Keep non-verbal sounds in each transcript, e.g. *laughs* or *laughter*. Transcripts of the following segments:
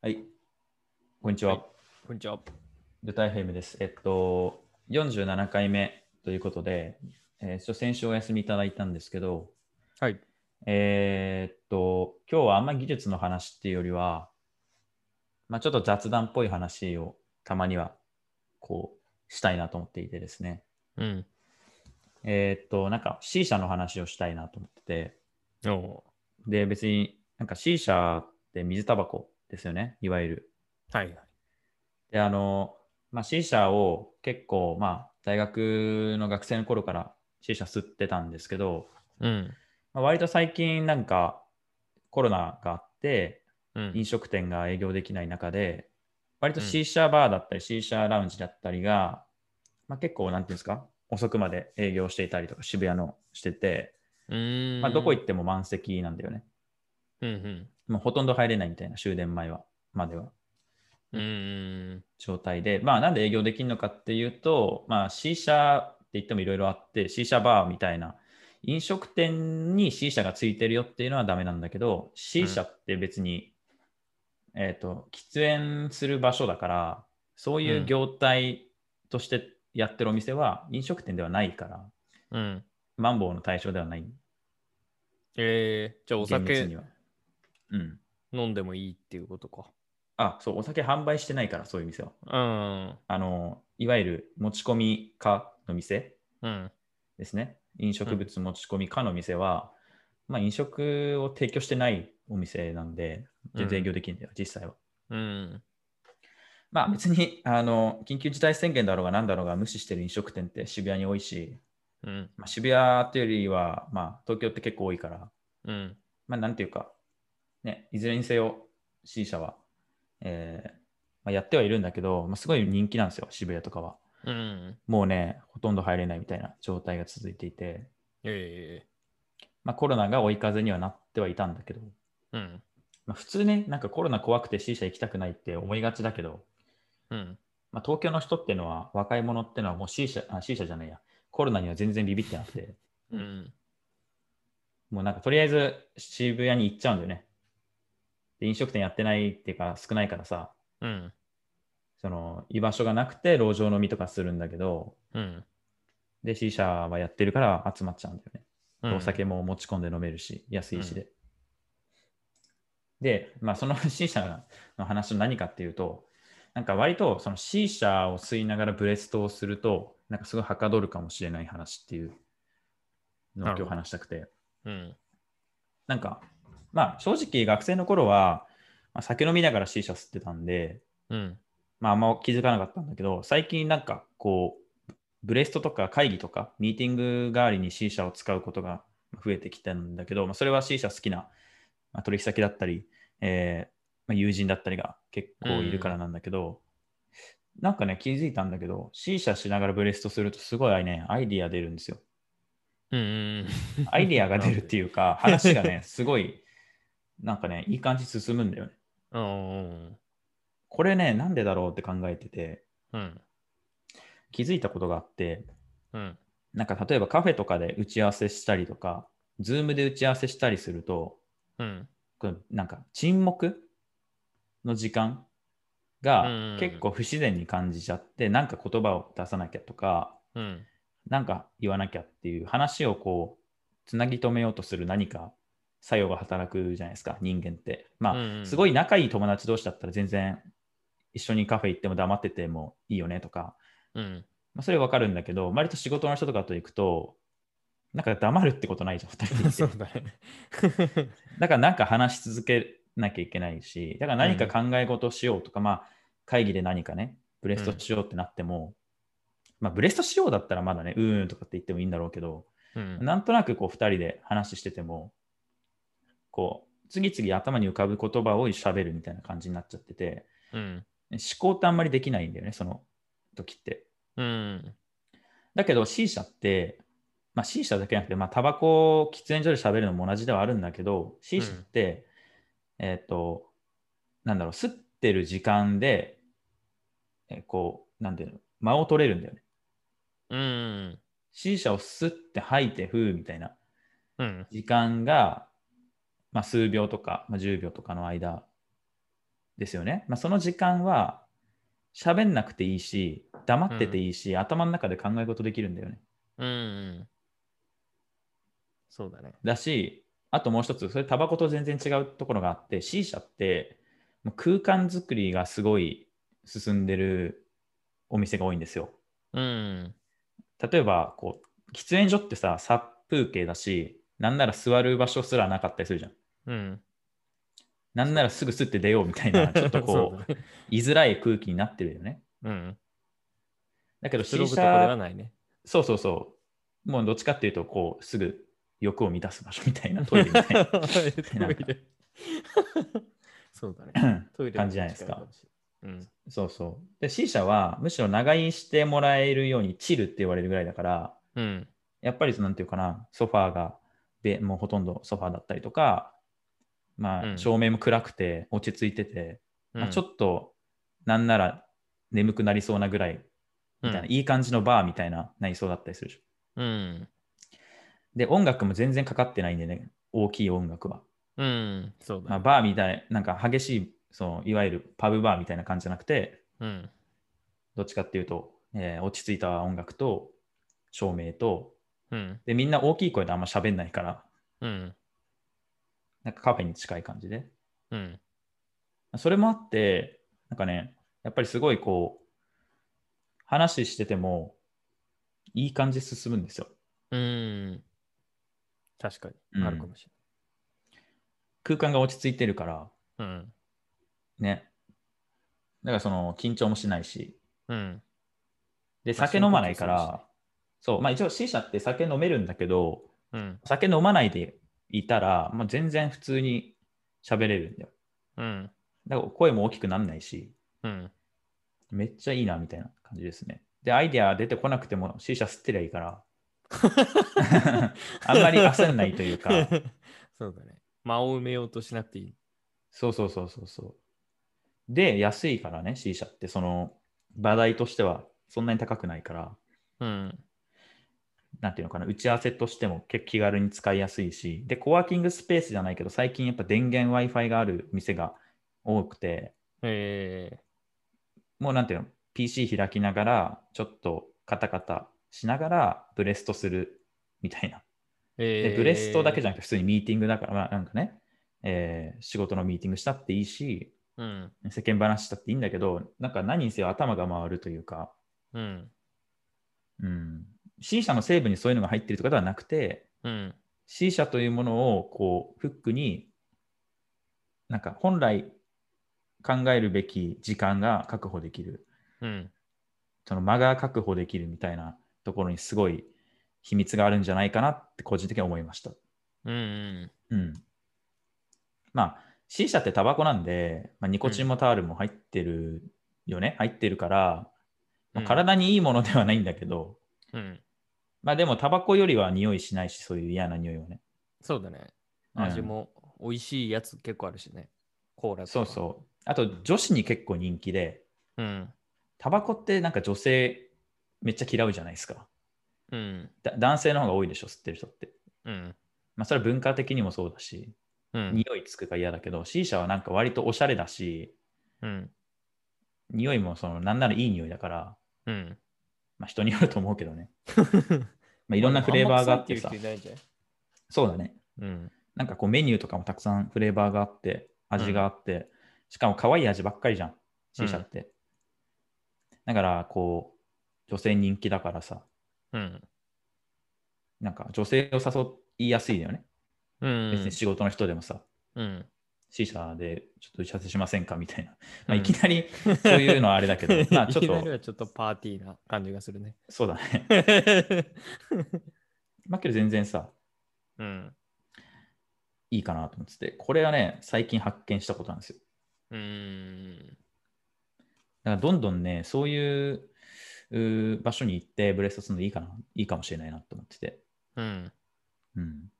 はい、こんにちは。はこんにちは。ルタイフェムです。えっと、47回目ということで、えーちょっと先週お休みいただいたんですけど、はい。えーっと、今日はあんま技術の話っていうよりは、まあ、ちょっと雑談っぽい話をたまにはこうしたいなと思っていてですね、うん。えーっと、なんか C 社の話をしたいなと思ってて、おで、別になんか C 社って水タバコですよね、いわゆる。ーはい。で、あの、まあ、C 社を結構、まあ、大学の学生の頃から C 社吸ってたんですけど、うん。まあ、割と最近なんかコロナがあって、うん。飲食店が営業できない中で、割とうん C 社バーだったり C 社ラウンジだったりが、まあ、結構、なんていうんですか、遅くまで営業していたりとか、渋谷のしてて、うーん。まあ、どこ行っっても満席なんだよね。うんもうほとんど入れないみたいな、終電前は、までは。うん。うーん。状態で、まあ、なんで営業できるのかっていうと、まあ、C 社って言ってもいろいろあって、C 社バーみたいな、飲食店に C 社がついてるよっていうのはダメなんだけど、C 社って別に、えっ、と、喫煙する場所だから、そういう業態としてやってるお店は飲食店ではないから、うん。マンボウの対象ではない。えー、じゃあお厳密酒には。うん。飲んでもいいっていうことか。あ、そう、お酒販売してないから、そういう店は。うん。あの、いわゆる持ち込みかの店うん。ですね。飲食物持ち込みかの店は、まあ飲食を提供してないお店なんで、全然営業できないんだよ、実際は。うん。まあ別に、あの、緊急事態宣言だろうが何だろうが無視してる飲食店って渋谷に多いし、うん。まあ、渋谷っていうよりは、まあ東京って結構多いから、うん。まあなんていうか、ね、いずれにせよ C 社は、えーまあ、やってはいるんだけど、まあ、すごい人気なんですよ、渋谷とかは。うん。もうね、ほとんど入れないみたいな状態が続いていて、えまあ、コロナが追い風にはなってはいたんだけど、ー。うん。まあ、普通ね、なんかコロナ怖くて C 社行きたくないって思いがちだけど、うん。まあ、東京の人ってのは、若い者ってのはもう C 社、あ C 社じゃないや、コロナには全然ビビってなくて、うん。もうなんかとりあえず渋谷に行っちゃうんだよね。で、飲食店やってないっていうか少ないからさ、うん。その居場所がなくて路上飲みとかするんだけど、うん。で、C 社はやってるから集まっちゃうんだよね。うんお。酒も持ち込んで飲めるし、安いしで。で、まあ、その *laughs* C 社の話の何かっていうと、なんか割とその C 社を吸いながらブレストをすると、なんかすごいはかどるかもしれない話っていうのをな今るほ日ど話したくて、うん。なんか、まあ正直学生の頃は、まあ、酒飲みながら C 社吸ってたんで、うん。まああんま気づかなかったんだけど、最近なんかこう、ブレストとか会議とかミーティング代わりに C 社を使うことが増えてきたんだけど、まあ、それは C 社好きな、まあ、取引先だったり、えーまあ、友人だったりが結構いるからなんだけど、なんかね、気づいたんだけど、C 社しながらブレストするとすごいね、アイディア出るんですよ。うん。アイディアが出るっていうか、話がね、すごい、なんかね、いい感じ進むんだよね。うん。これね、なんでだろうって考えてて、うん。気づいたことがあって、うん。なんか例えばカフェとかで打ち合わせしたりとか、ズームで打ち合わせしたりすると、うん。このなんか沈黙の時間がうん結構不自然に感じちゃって、なんか言葉を出さなきゃとか、うん。なんか言わなきゃっていう話をこう、つなぎ止めようとする何か作用が働くじゃないですか、人間って。まあ、うんすごい仲いい友達同士だったら全然一緒にカフェ行っても黙っててもいいよねとか、うん。まあ、それはわかるんだけど、割と仕事の人とかと行くと、なんか黙るってことないじゃん、二人で *laughs* *laughs* そう行って。だね。だからなんか話し続けなきゃいけないし、だから何か考え事をしようとか、まあ会議で何かね、ブレストしようってなっても、まあブレストしようだったらまだね、うーんとかって言ってもいいんだろうけど、うん。なんとなくこう二人で話してても、こう、次々頭に浮かぶ言葉を喋るみたいな感じになっちゃってて、うん。思考ってあんまりできないんだよね、その時って。うん。だけど C 社って、まあ、C 社だけじゃなくて、まあ、タバコを喫煙所で喋るのも同じではあるんだけど C 社って、えっ、となんだろう吸ってる時間で、えーこうなんていうの間を取れるんだよねうん。 C 社を吸って吐いてふうみたいなうん。時間が、まあ、数秒とか、まあ、10秒とかの間ですよね。まあ、その時間は喋んなくていいし、黙ってていいし、頭の中で考え事できるんだよね。うんうん。そうだね。だし、あともう一つ、それタバコと全然違うところがあって、C 社ってもう空間作りがすごい進んでるお店が多いんですよ。うん。例えば、こう、喫煙所ってさ、殺風景だし、なんなら座る場所すらなかったりするじゃん。うん。なんならすぐ吸って出ようみたいな、ちょっと *laughs* そこうう、だね。居づらい空気になってるよね。うん。だけどく C つろぐとこでは社、ないね。そうそうそう、もうどっちかっていうと、こう、すぐ欲を満たす場所みたいな、トイレみたいな *laughs* トイなんかレそうだね。トイレ感じじゃないですか。うん。そうそう。で、C 社はむしろ長居してもらえるようにチルって言われるぐらいだから、うん。やっぱりそのなんていうかな、ソファーがべ、もうほとんどソファーだったりとか、まうあ、ん照明も暗くて落ち着いてて、まあ、ちょと、っとなんなら眠くなりそうなぐらい、みたいな、うんいい感じのバーみたいな内装だったりするでしょ。うん。で、音楽も全然かかってないんでね、大きい音楽は。うん。そうまあ、だね。バーみたい、なんか激しい、そのいわゆるパブバーみたいな感じじゃなくて、うん。どっちかっていうと、えー落ち着いた音楽と照明とうん。で、みんな大きい声であんま喋んないから、うん。なんかカフェに近い感じで。うん。それもあって、なんかね、やっぱりすごいこう、話してても、いい感じ進むんですよ。うん。確かうんに。あるかもし空間が落ち着いてるから、れない。うん。ね。だからその緊張もしないし、うん。で、まあ酒飲まないか深呼吸するら、そう、まあ一応 C 社って酒飲めるんだけど、うん。酒飲まないでいたら、まあ、全然普通に喋れるんだよ。うん。だから声も大きくなんないし、うん。めっちゃいいなみたいな感じですね。で、アイデア出てこなくても C 社吸ってりゃいいから、あんまり焦んないというか、そうだね。間を埋めようとしなくていい。そうそうそうそうそう。で、安いからね、C 社って、その、場代としてはそんなに高くないから、うん。なんていうのかな、打ち合わせとしても結構気軽に使いやすいし、で、コワーキングスペースじゃないけど、最近やっぱ電源 Wi-Fi がある店が多くて、ええもうなんていうの、PC 開きながら、ちょっとカタカタしながら、ブレストするみたいな。えでえブレストだけじゃゃなくて、普通にミーティングだから、まあ、なんかね、えー仕事のミーティングしたっていいし、うん。世間話したっていいんだけど、なんか何にせよ頭が回るというか、うん。うん、C 社の成分にそういうのが入ってるとかではなくて、うん。 C 社というものをこうフックに、なんか本来考えるべき時間が確保できるうん。その間が確保できるみたいなところにすごい秘密があるんじゃないかなって個人的には思いました。うん。ううん。ん。まあ、C 社ってタバコなんで、まあ、ニコチンもタールも入ってるよね、入ってるから、まあうん体にいいものではないんだけど、うん。まあでもタバコよりは匂いしないし、そういう嫌な匂いはね。そうだね。うん味も美味しいやつ結構あるしね。コーラとか。そうそう。あと女子に結構人気で、う。うん。タバコってなんか女性めっちゃ嫌うじゃないですか。うん。だ男性の方が多いでしょ、吸ってる人って。うん。まあそれは文化的にもそうだし、うん。匂いつくが嫌だけど、C 社はなんか割とおしゃれだし、うん。匂いもそのなんならいい匂いだから、うん。まあ、人によると思うけどね。まあ、いろんなフレーバーがあってさんま臭い、いう人いないんじゃないそうだね。うん。なんかこうメニューとかもたくさんフレーバーがあって、味があって、しかも可愛い味ばっかりじゃん、C 社って。だから、こう、女性人気だからさ、うん。なんか女性を誘いやすいよね。うん。別に仕事の人でもさ、うん。 C 社でちょっと打ち合わせしませんかみたいな。まあ、いきなりそういうのはあれだ *laughs* けど、まあちょっいきなりと、はちょっとパーティーな感じがするね。そうだね。まあけど全然さ、うん。いいかなと思ってて、これはね、最近発見したことなんですよ。うん。だからどんどんね、そういううー場所に行ってブレストするのいいかな、いいかもしれないなと思ってて。うん。うん。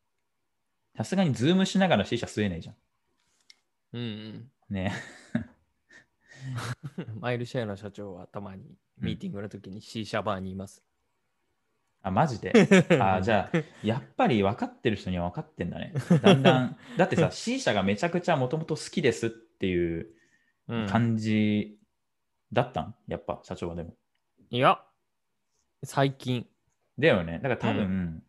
さすがにズームしながら C 社吸えないじゃうん。ん。ね。 *laughs* *laughs* マイルシェアの社長はたまにミーティングの時に C 社バーにいます。あ、マジ *laughs* で。 *laughs* あじゃああ。やっぱり分かってる人には分かってんだね。だんだん。だってさ、C 社がめちゃくちゃもともと好きですっていううん感じだったんやっぱ社長はでも。いや、最近、だよね。だから多分、う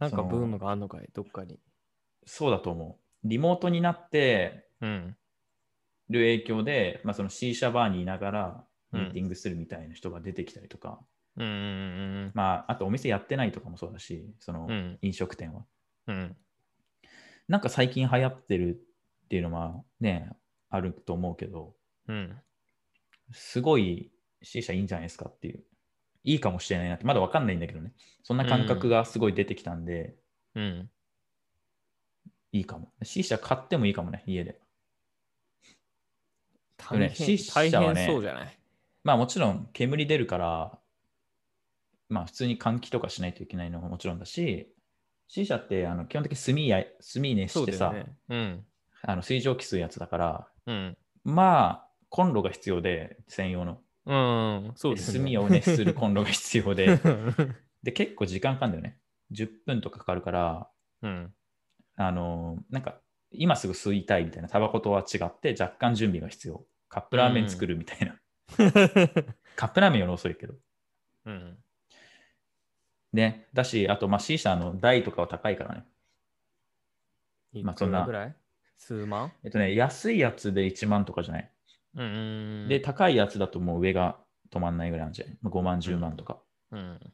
なんそかのブームがあんのかい、どっかに。そうだと思う。リモートになってうん。る影響で、まあ、その C 社バーにいながらうミんーティングするみたいな人が出てきたりとか、うんうんまあ、あとお店やってないとかもそうだし、そのうんうん。飲食店は。うん。なんか最近流行ってるっていうのはね、あると思うけど、うん。すごい C 社いいんじゃないですかっていう。いいかもしれないなって、まだわかんないんだけどね。そんな感覚がすごい出てきたんで、うん。いいかも。C 社買ってもいいかもね、家で。大ね変、死大者はね変そうじゃない。まあもちろん煙出るから、まあ普通に換気とかしないといけないのももちろんだし、C 社ってあの基本的に炭や炭熱そしうてださ、よね。うん。あの水蒸気吸うやつだから、うん。まあコンロが必要で、専用の。うん。そうです炭ね。を熱するコンロが必要で、 *laughs* うで結構時間かかるんだよね。10分とかかかるから、 *laughs* ん。あのなんか今すぐ吸いたいみたいな、タバコとは違って若干準備が必要。カップラーメン作るみたいな。カップラーメンより遅いけど。うん。ね、だし、あと、まあ、C 社の台とかは高いからね。いまあくそんならぐらい数万えっとね、安いやつで1万とかじゃない。うんうんうん。で、高いやつだともう上が止まんないぐらいなんじゃない、まあ、?5 万、10万とか。うん。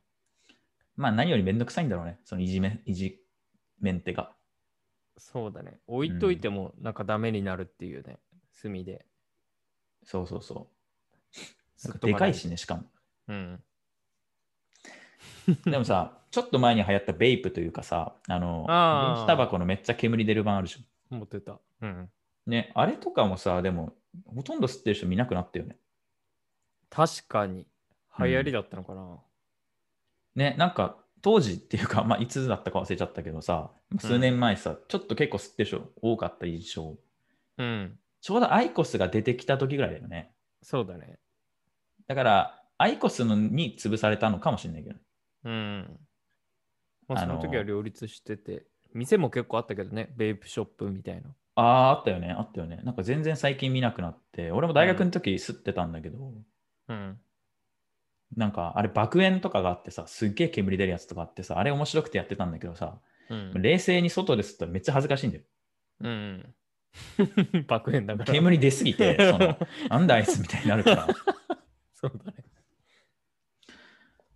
まあ、何よりめんどくさいんだろうね。そのいじめ、いじめんてが。そうだね。置いといてもなんかダメになるっていうね。炭で。そうそうそう。すなんっかとでなかいしね、しかも。うん。でも *laughs* さ、ちょっと前に流行ったベイプというかさ、あの、あー電子タバコのめっちゃ煙出る版あるじゃ持ってた。うん。ん。ね、あれとかもさ、でも、ほとんど吸ってる人見なくなったよね。確かに。流行りだったのかな。ね、なんか当時っていうか、まあ、いつだったか忘れちゃったけどさ、数年前さ、ちょっと結構吸ってる人多かった印象。うん。ちょうどアイコスが出てきた時ぐらいだよね。そうだね。だから、アイコスのに潰されたのかもしれないけどね。うん。まあ、あそのの時は両立してて、店も結構あったけどね、ベイプショップみたいな。ああ、あったよね、あったよね。なんか全然最近見なくなって、俺も大学の時吸ってたんだけど、うん。なんかあれ爆炎とかがあってさ、すっげえ煙出るやつとかあってさ、あれ面白くてやってたんだけどさ、うん。冷静に外で吸ったらめっちゃ恥ずかしいんだよ。うん。 *laughs* 爆炎だから。煙出すぎ *laughs* て、その、なんだあいつみたいになるから。そうだね。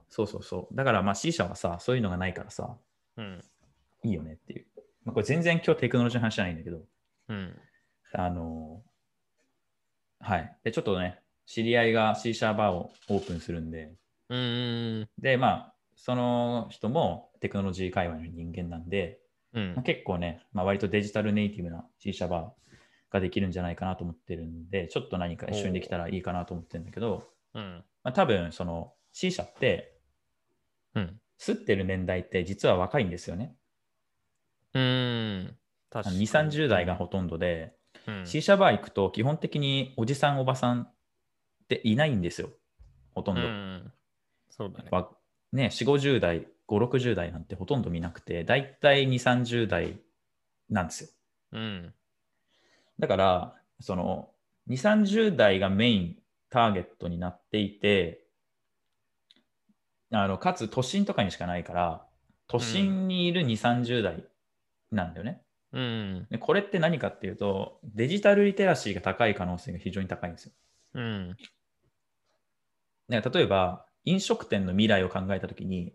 そうそうそう。だからまあ C 社はさ、そういうのがないからさ、うん。いいよねっていう。まあ、これ全然今日テクノロジーの話じゃないんだけど、うん。あのーはい。で、ちょっとね、知り合いが C 社バーをオープンするんで、うん。で、まあ、その人もテクノロジー界隈の人間なんで、うんまあ、。結構ね、まあ、割とデジタルネイティブな C 社バーができるんじゃないかなと思ってるんで、ちょっと何か一緒にできたらいいかなと思ってるんだけど、うん。まあ、多分その C 社って、うん。吸ってる年代って実は若いんですよね。うん。確あかのに2、30代が、ほとんどで、うん、シーシャバー行くと基本的におじさん、おばさんっていないんですよ、ほとんど。うん。そうだね。わね、4、50代、5、60代なんてほとんど見なくて、だいたい2、30代なんですよ。うん。だから、その2、30代がメインターゲットになっていて、あのかつ都心とかにしかないから、都心にいる2、30代なんだよね。うん。でこれって何かっていうと、デジタルリテラシーが高い可能性が非常に高いんですよ。うん。だから例えば、飲食店の未来を考えたときに、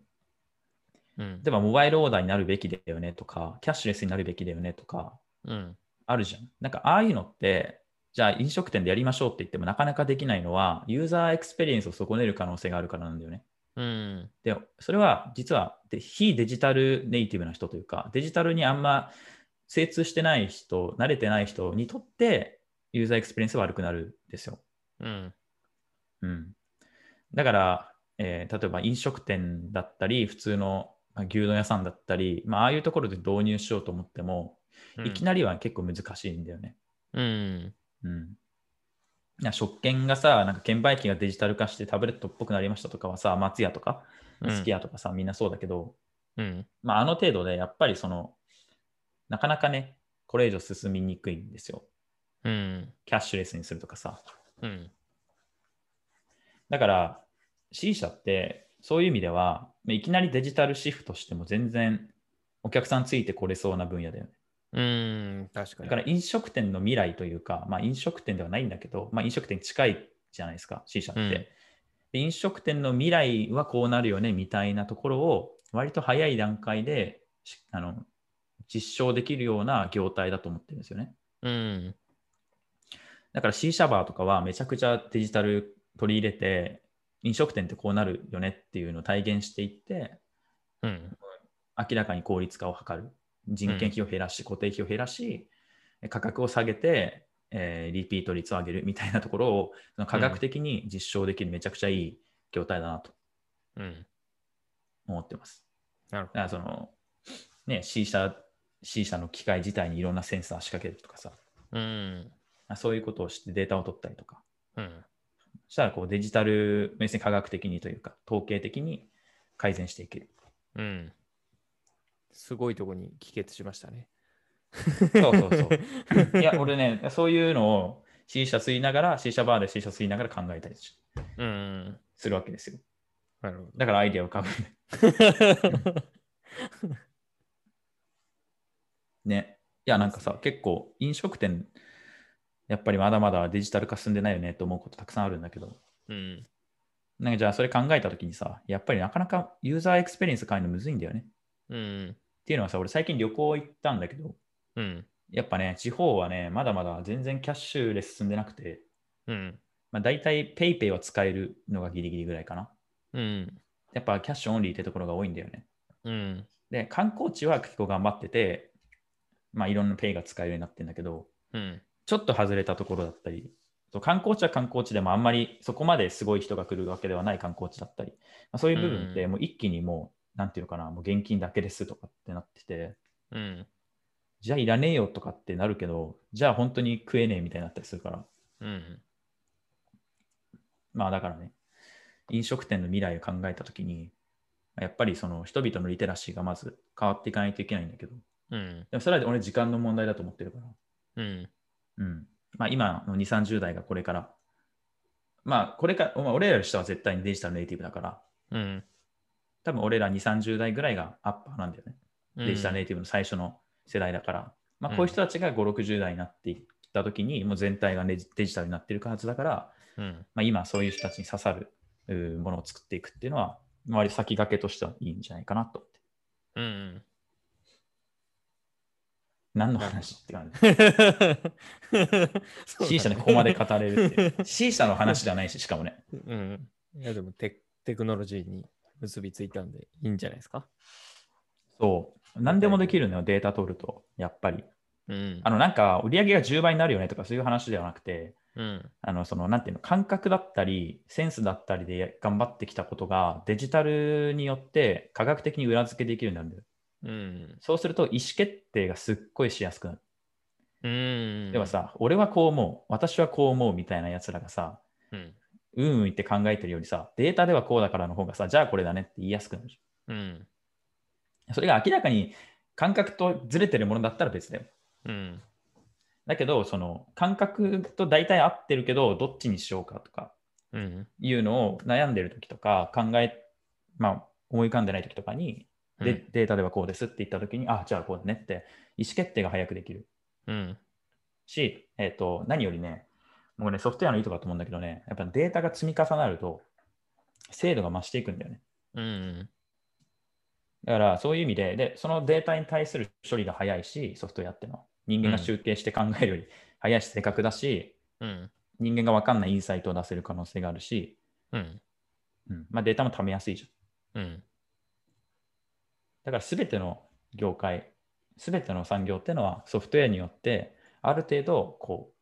うん例えばモバイルオーダーになるべきだよねとか、キャッシュレスになるべきだよねとか、うん。あるじゃん。なんかああいうのって、じゃあ飲食店でやりましょうって言ってもなかなかできないのは、ユーザーエクスペリエンスを損ねる可能性があるからなんだよね。うん。で、それは実はで非デジタルネイティブな人というか、デジタルにあんま精通してない人、慣れてない人にとって、ユーザーエクスペリエンスは悪くなるんですよ。うん。うん、だから、えー例えば飲食店だったり、普通のまあ牛丼屋さんだったり、まあ、ああいうところで導入しようと思っても、いきなりは結構難しいんだよね。うん。うん、いや食券がさ、なんか券売機がデジタル化してタブレットっぽくなりましたとかはさ、松屋とか、うんすき家とかさ、みんなそうだけど、うん。まあ、あの程度でやっぱりその、なかなかね、これ以上進みにくいんですよ。うん。キャッシュレスにするとかさ。うん。だから、C 社って、そういう意味では、いきなりデジタルシフトしても全然お客さんついてこれそうな分野だよね。うーん、確かだに。から飲食店の未来というか、まあ、飲食店ではないんだけど、まあ、飲食店近いじゃないですか、C 社って、うんで飲食店の未来はこうなるよねみたいなところを、割と早い段階でしあの実証できるような業態だと思ってるんですよね。うん。だから C 社バーとかはめちゃくちゃデジタル取り入れて、飲食店ってこうなるよねっていうのを体現していって、うん。明らかに効率化を図る。人件費を減らし、固定費を減らし、価格を下げて、えーリピート率を上げるみたいなところを、その科学的に実証できるめちゃくちゃいい業態だなとうん。思ってます。なるほど。だからその、ね、C 社、C 社の機械自体にいろんなセンサー仕掛けるとかさ、うん。そういうことをしてデータを取ったりとか、うん。そしたらこうデジタル、別に科学的にというか、統計的に改善していける。うん。すごいとこに帰結しましたね。そうそうそう。いや、俺ね、そういうのを C 社吸いながら、C 社バーで C 社吸いながら考えたりしうん。するわけですよ。なるほど。だからアイデアを浮かぶんだよね。いや、なんかさ、結構飲食店、やっぱりまだまだデジタル化進んでないよねと思うことたくさんあるんだけど、うん。なんかじゃあそれ考えたときにさ、やっぱりなかなかユーザーエクスペリエンス変えるのむずいんだよね。うん。っていうのはさ、俺最近旅行行ったんだけど、うん。やっぱね、地方はね、まだまだ全然キャッシュレス進んでなくて、うん。まあ、大体 PayPay は使えるのがギリギリぐらいかな。うん。やっぱキャッシュオンリーってところが多いんだよね。うん。で、観光地は結構頑張ってて、まあ、いろんなペイが使えるようになってんだけど、うん。ちょっと外れたところだったり、そう観光地は観光地でもあんまりそこまですごい人が来るわけではない観光地だったり、まあ、そういう部分っうてんもう一気にもう、なんていうのかな、もう現金だけですとかってなってて、うん。じゃあいらねえよとかってなるけど、じゃあ本当に食えねえみたいになったりするから、うん。まあだからね、飲食店の未来を考えたときに、やっぱりその人々のリテラシーがまず変わっていかないといけないんだけど、うん。でもそれは俺時間の問題だと思ってるから、うん。うん。まあ今の2、30代がこれから、まあこれから、まあ、俺らの人は絶対にデジタルネイティブだから、うん。多分俺ら2、30代ぐらいがアッパーなんだよね。デジタルネイティブの最初の世代だから、まあこういう人たちが5、60代になっていったときに、もう全体がデジデジタルになってるはずだから、うん。まあ、今そういう人たちに刺さるうんものを作っていくっていうのは、割と先駆けとしてはいいんじゃないかなと思って。うん。何の話って感じ。 C C 社でここまで語れるっていう。C 社の話じゃないし、しかもね。うん。いや、でもテテクノロジーに結びついたんでいいんじゃないですか。そう。何でもできるのよ、データ取ると。やっぱり。うんあ。の、なんか、売り上げが10倍になるよねとか、そういう話ではなくて、うん。あの、その、なんていうの、感覚だったり、センスだったりで頑張ってきたことが、デジタルによって科学的に裏付けできるようになるんだよ。うん。そうすると、意思決定がすっごいしやすくなる。うん。でも、さ、俺はこう思う、私はこう思うみたいなやつらがさ、うん。うんうん言って考えてるよりさ、データではこうだからの方がさ、じゃあこれだねって言いやすくなるじうん。ゃん。それが明らかに感覚とずれてるものだったら別だよ。うん。だけど、その感覚と大体合ってるけど、どっちにしようかとかうん。いうのを悩んでる時とか、考え、まあ、思い浮かんでない時とかに、でデータではこうですって言った時に、あ、じゃあこうだねって、意思決定が早くできる。うん。し、えっ、と、何よりね、もうね、ソフトウェアのいいとこだと思うんだけどね、やっぱデータが積み重なると、精度が増していくんだよね。うん。だから、そういう意味で、で、そのデータに対する処理が早いし、ソフトウェアってのは。人間が集計して考えるより早いし、正確だし、うん。人間が分かんないインサイトを出せる可能性があるし、うん。うんまあ、データも貯めやすいじゃん。うん。だから、すべての業界、すべての産業ってのは、ソフトウェアによって、ある程度、こう、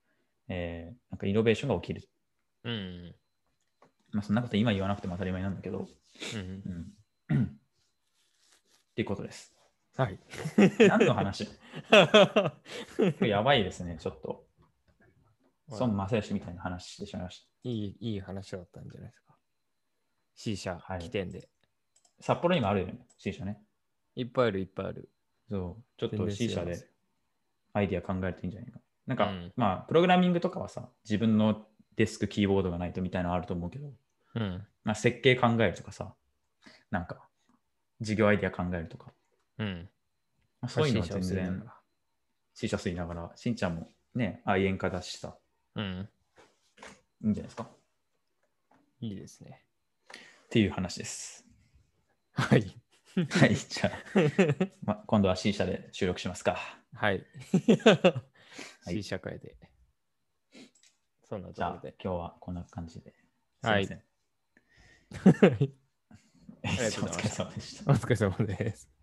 えーなんかイノベーションが起きる。うん。まあ、そんなこと今言わなくても当たり前なんだけど、うんう。んっていうこと *laughs* です。はい。何の話今日やばいですね、ちょっと。孫正義みたいな話してしまいましいい、いい話だったんじゃないですか。C 社はい起点で。た。札幌にもあるよね、C 社ね。いっぱいある、いっぱいある。そう、ちょっ全と然 C 知ら社ないですよ。アイディア考えていいんじゃないか。なんか、うんまあ、プログラミングとかはさ、自分のデスク、キーボードがないとみたいなのあると思うけど、うん。まあ、設計考えるとかさ、なんか、事業アイデア考えるとか、うん。まあ、そういうのはまあ全 C 社を吸いなが然、C 社吸いながら、しんちゃんもね、愛煙家だしさ、うん。いいんじゃないですかっいいですね。ていう話 *laughs* です。はい。はい、じゃあ、まあ、今度は C 社で収録しますか。はい。い C 社会で。そんなじとゃころあで、。今日はこんな感じで。はいすいません。 *laughs* りがとうおござ疲れいま様でしたお。疲れ様です。